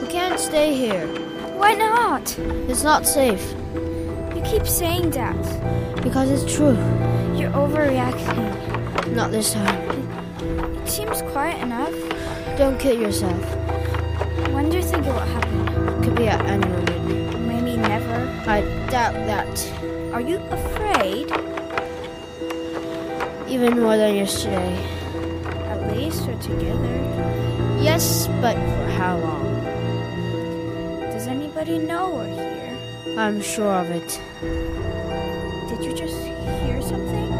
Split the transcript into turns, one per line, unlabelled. We can't stay here.
Why not?
It's not safe.
You keep saying that.
Because it's true.
You're overreacting.
Not this time.
It seems quiet enough.
Don't kill yourself.
When do you think it will happen?
Could be at any moment.
Maybe never.
I doubt that.
Are you afraid?
Even more than yesterday.
At least we're together.
Yes, but for how long?
Does anybody know we're here?
I'm sure of it.
Did you just hear something?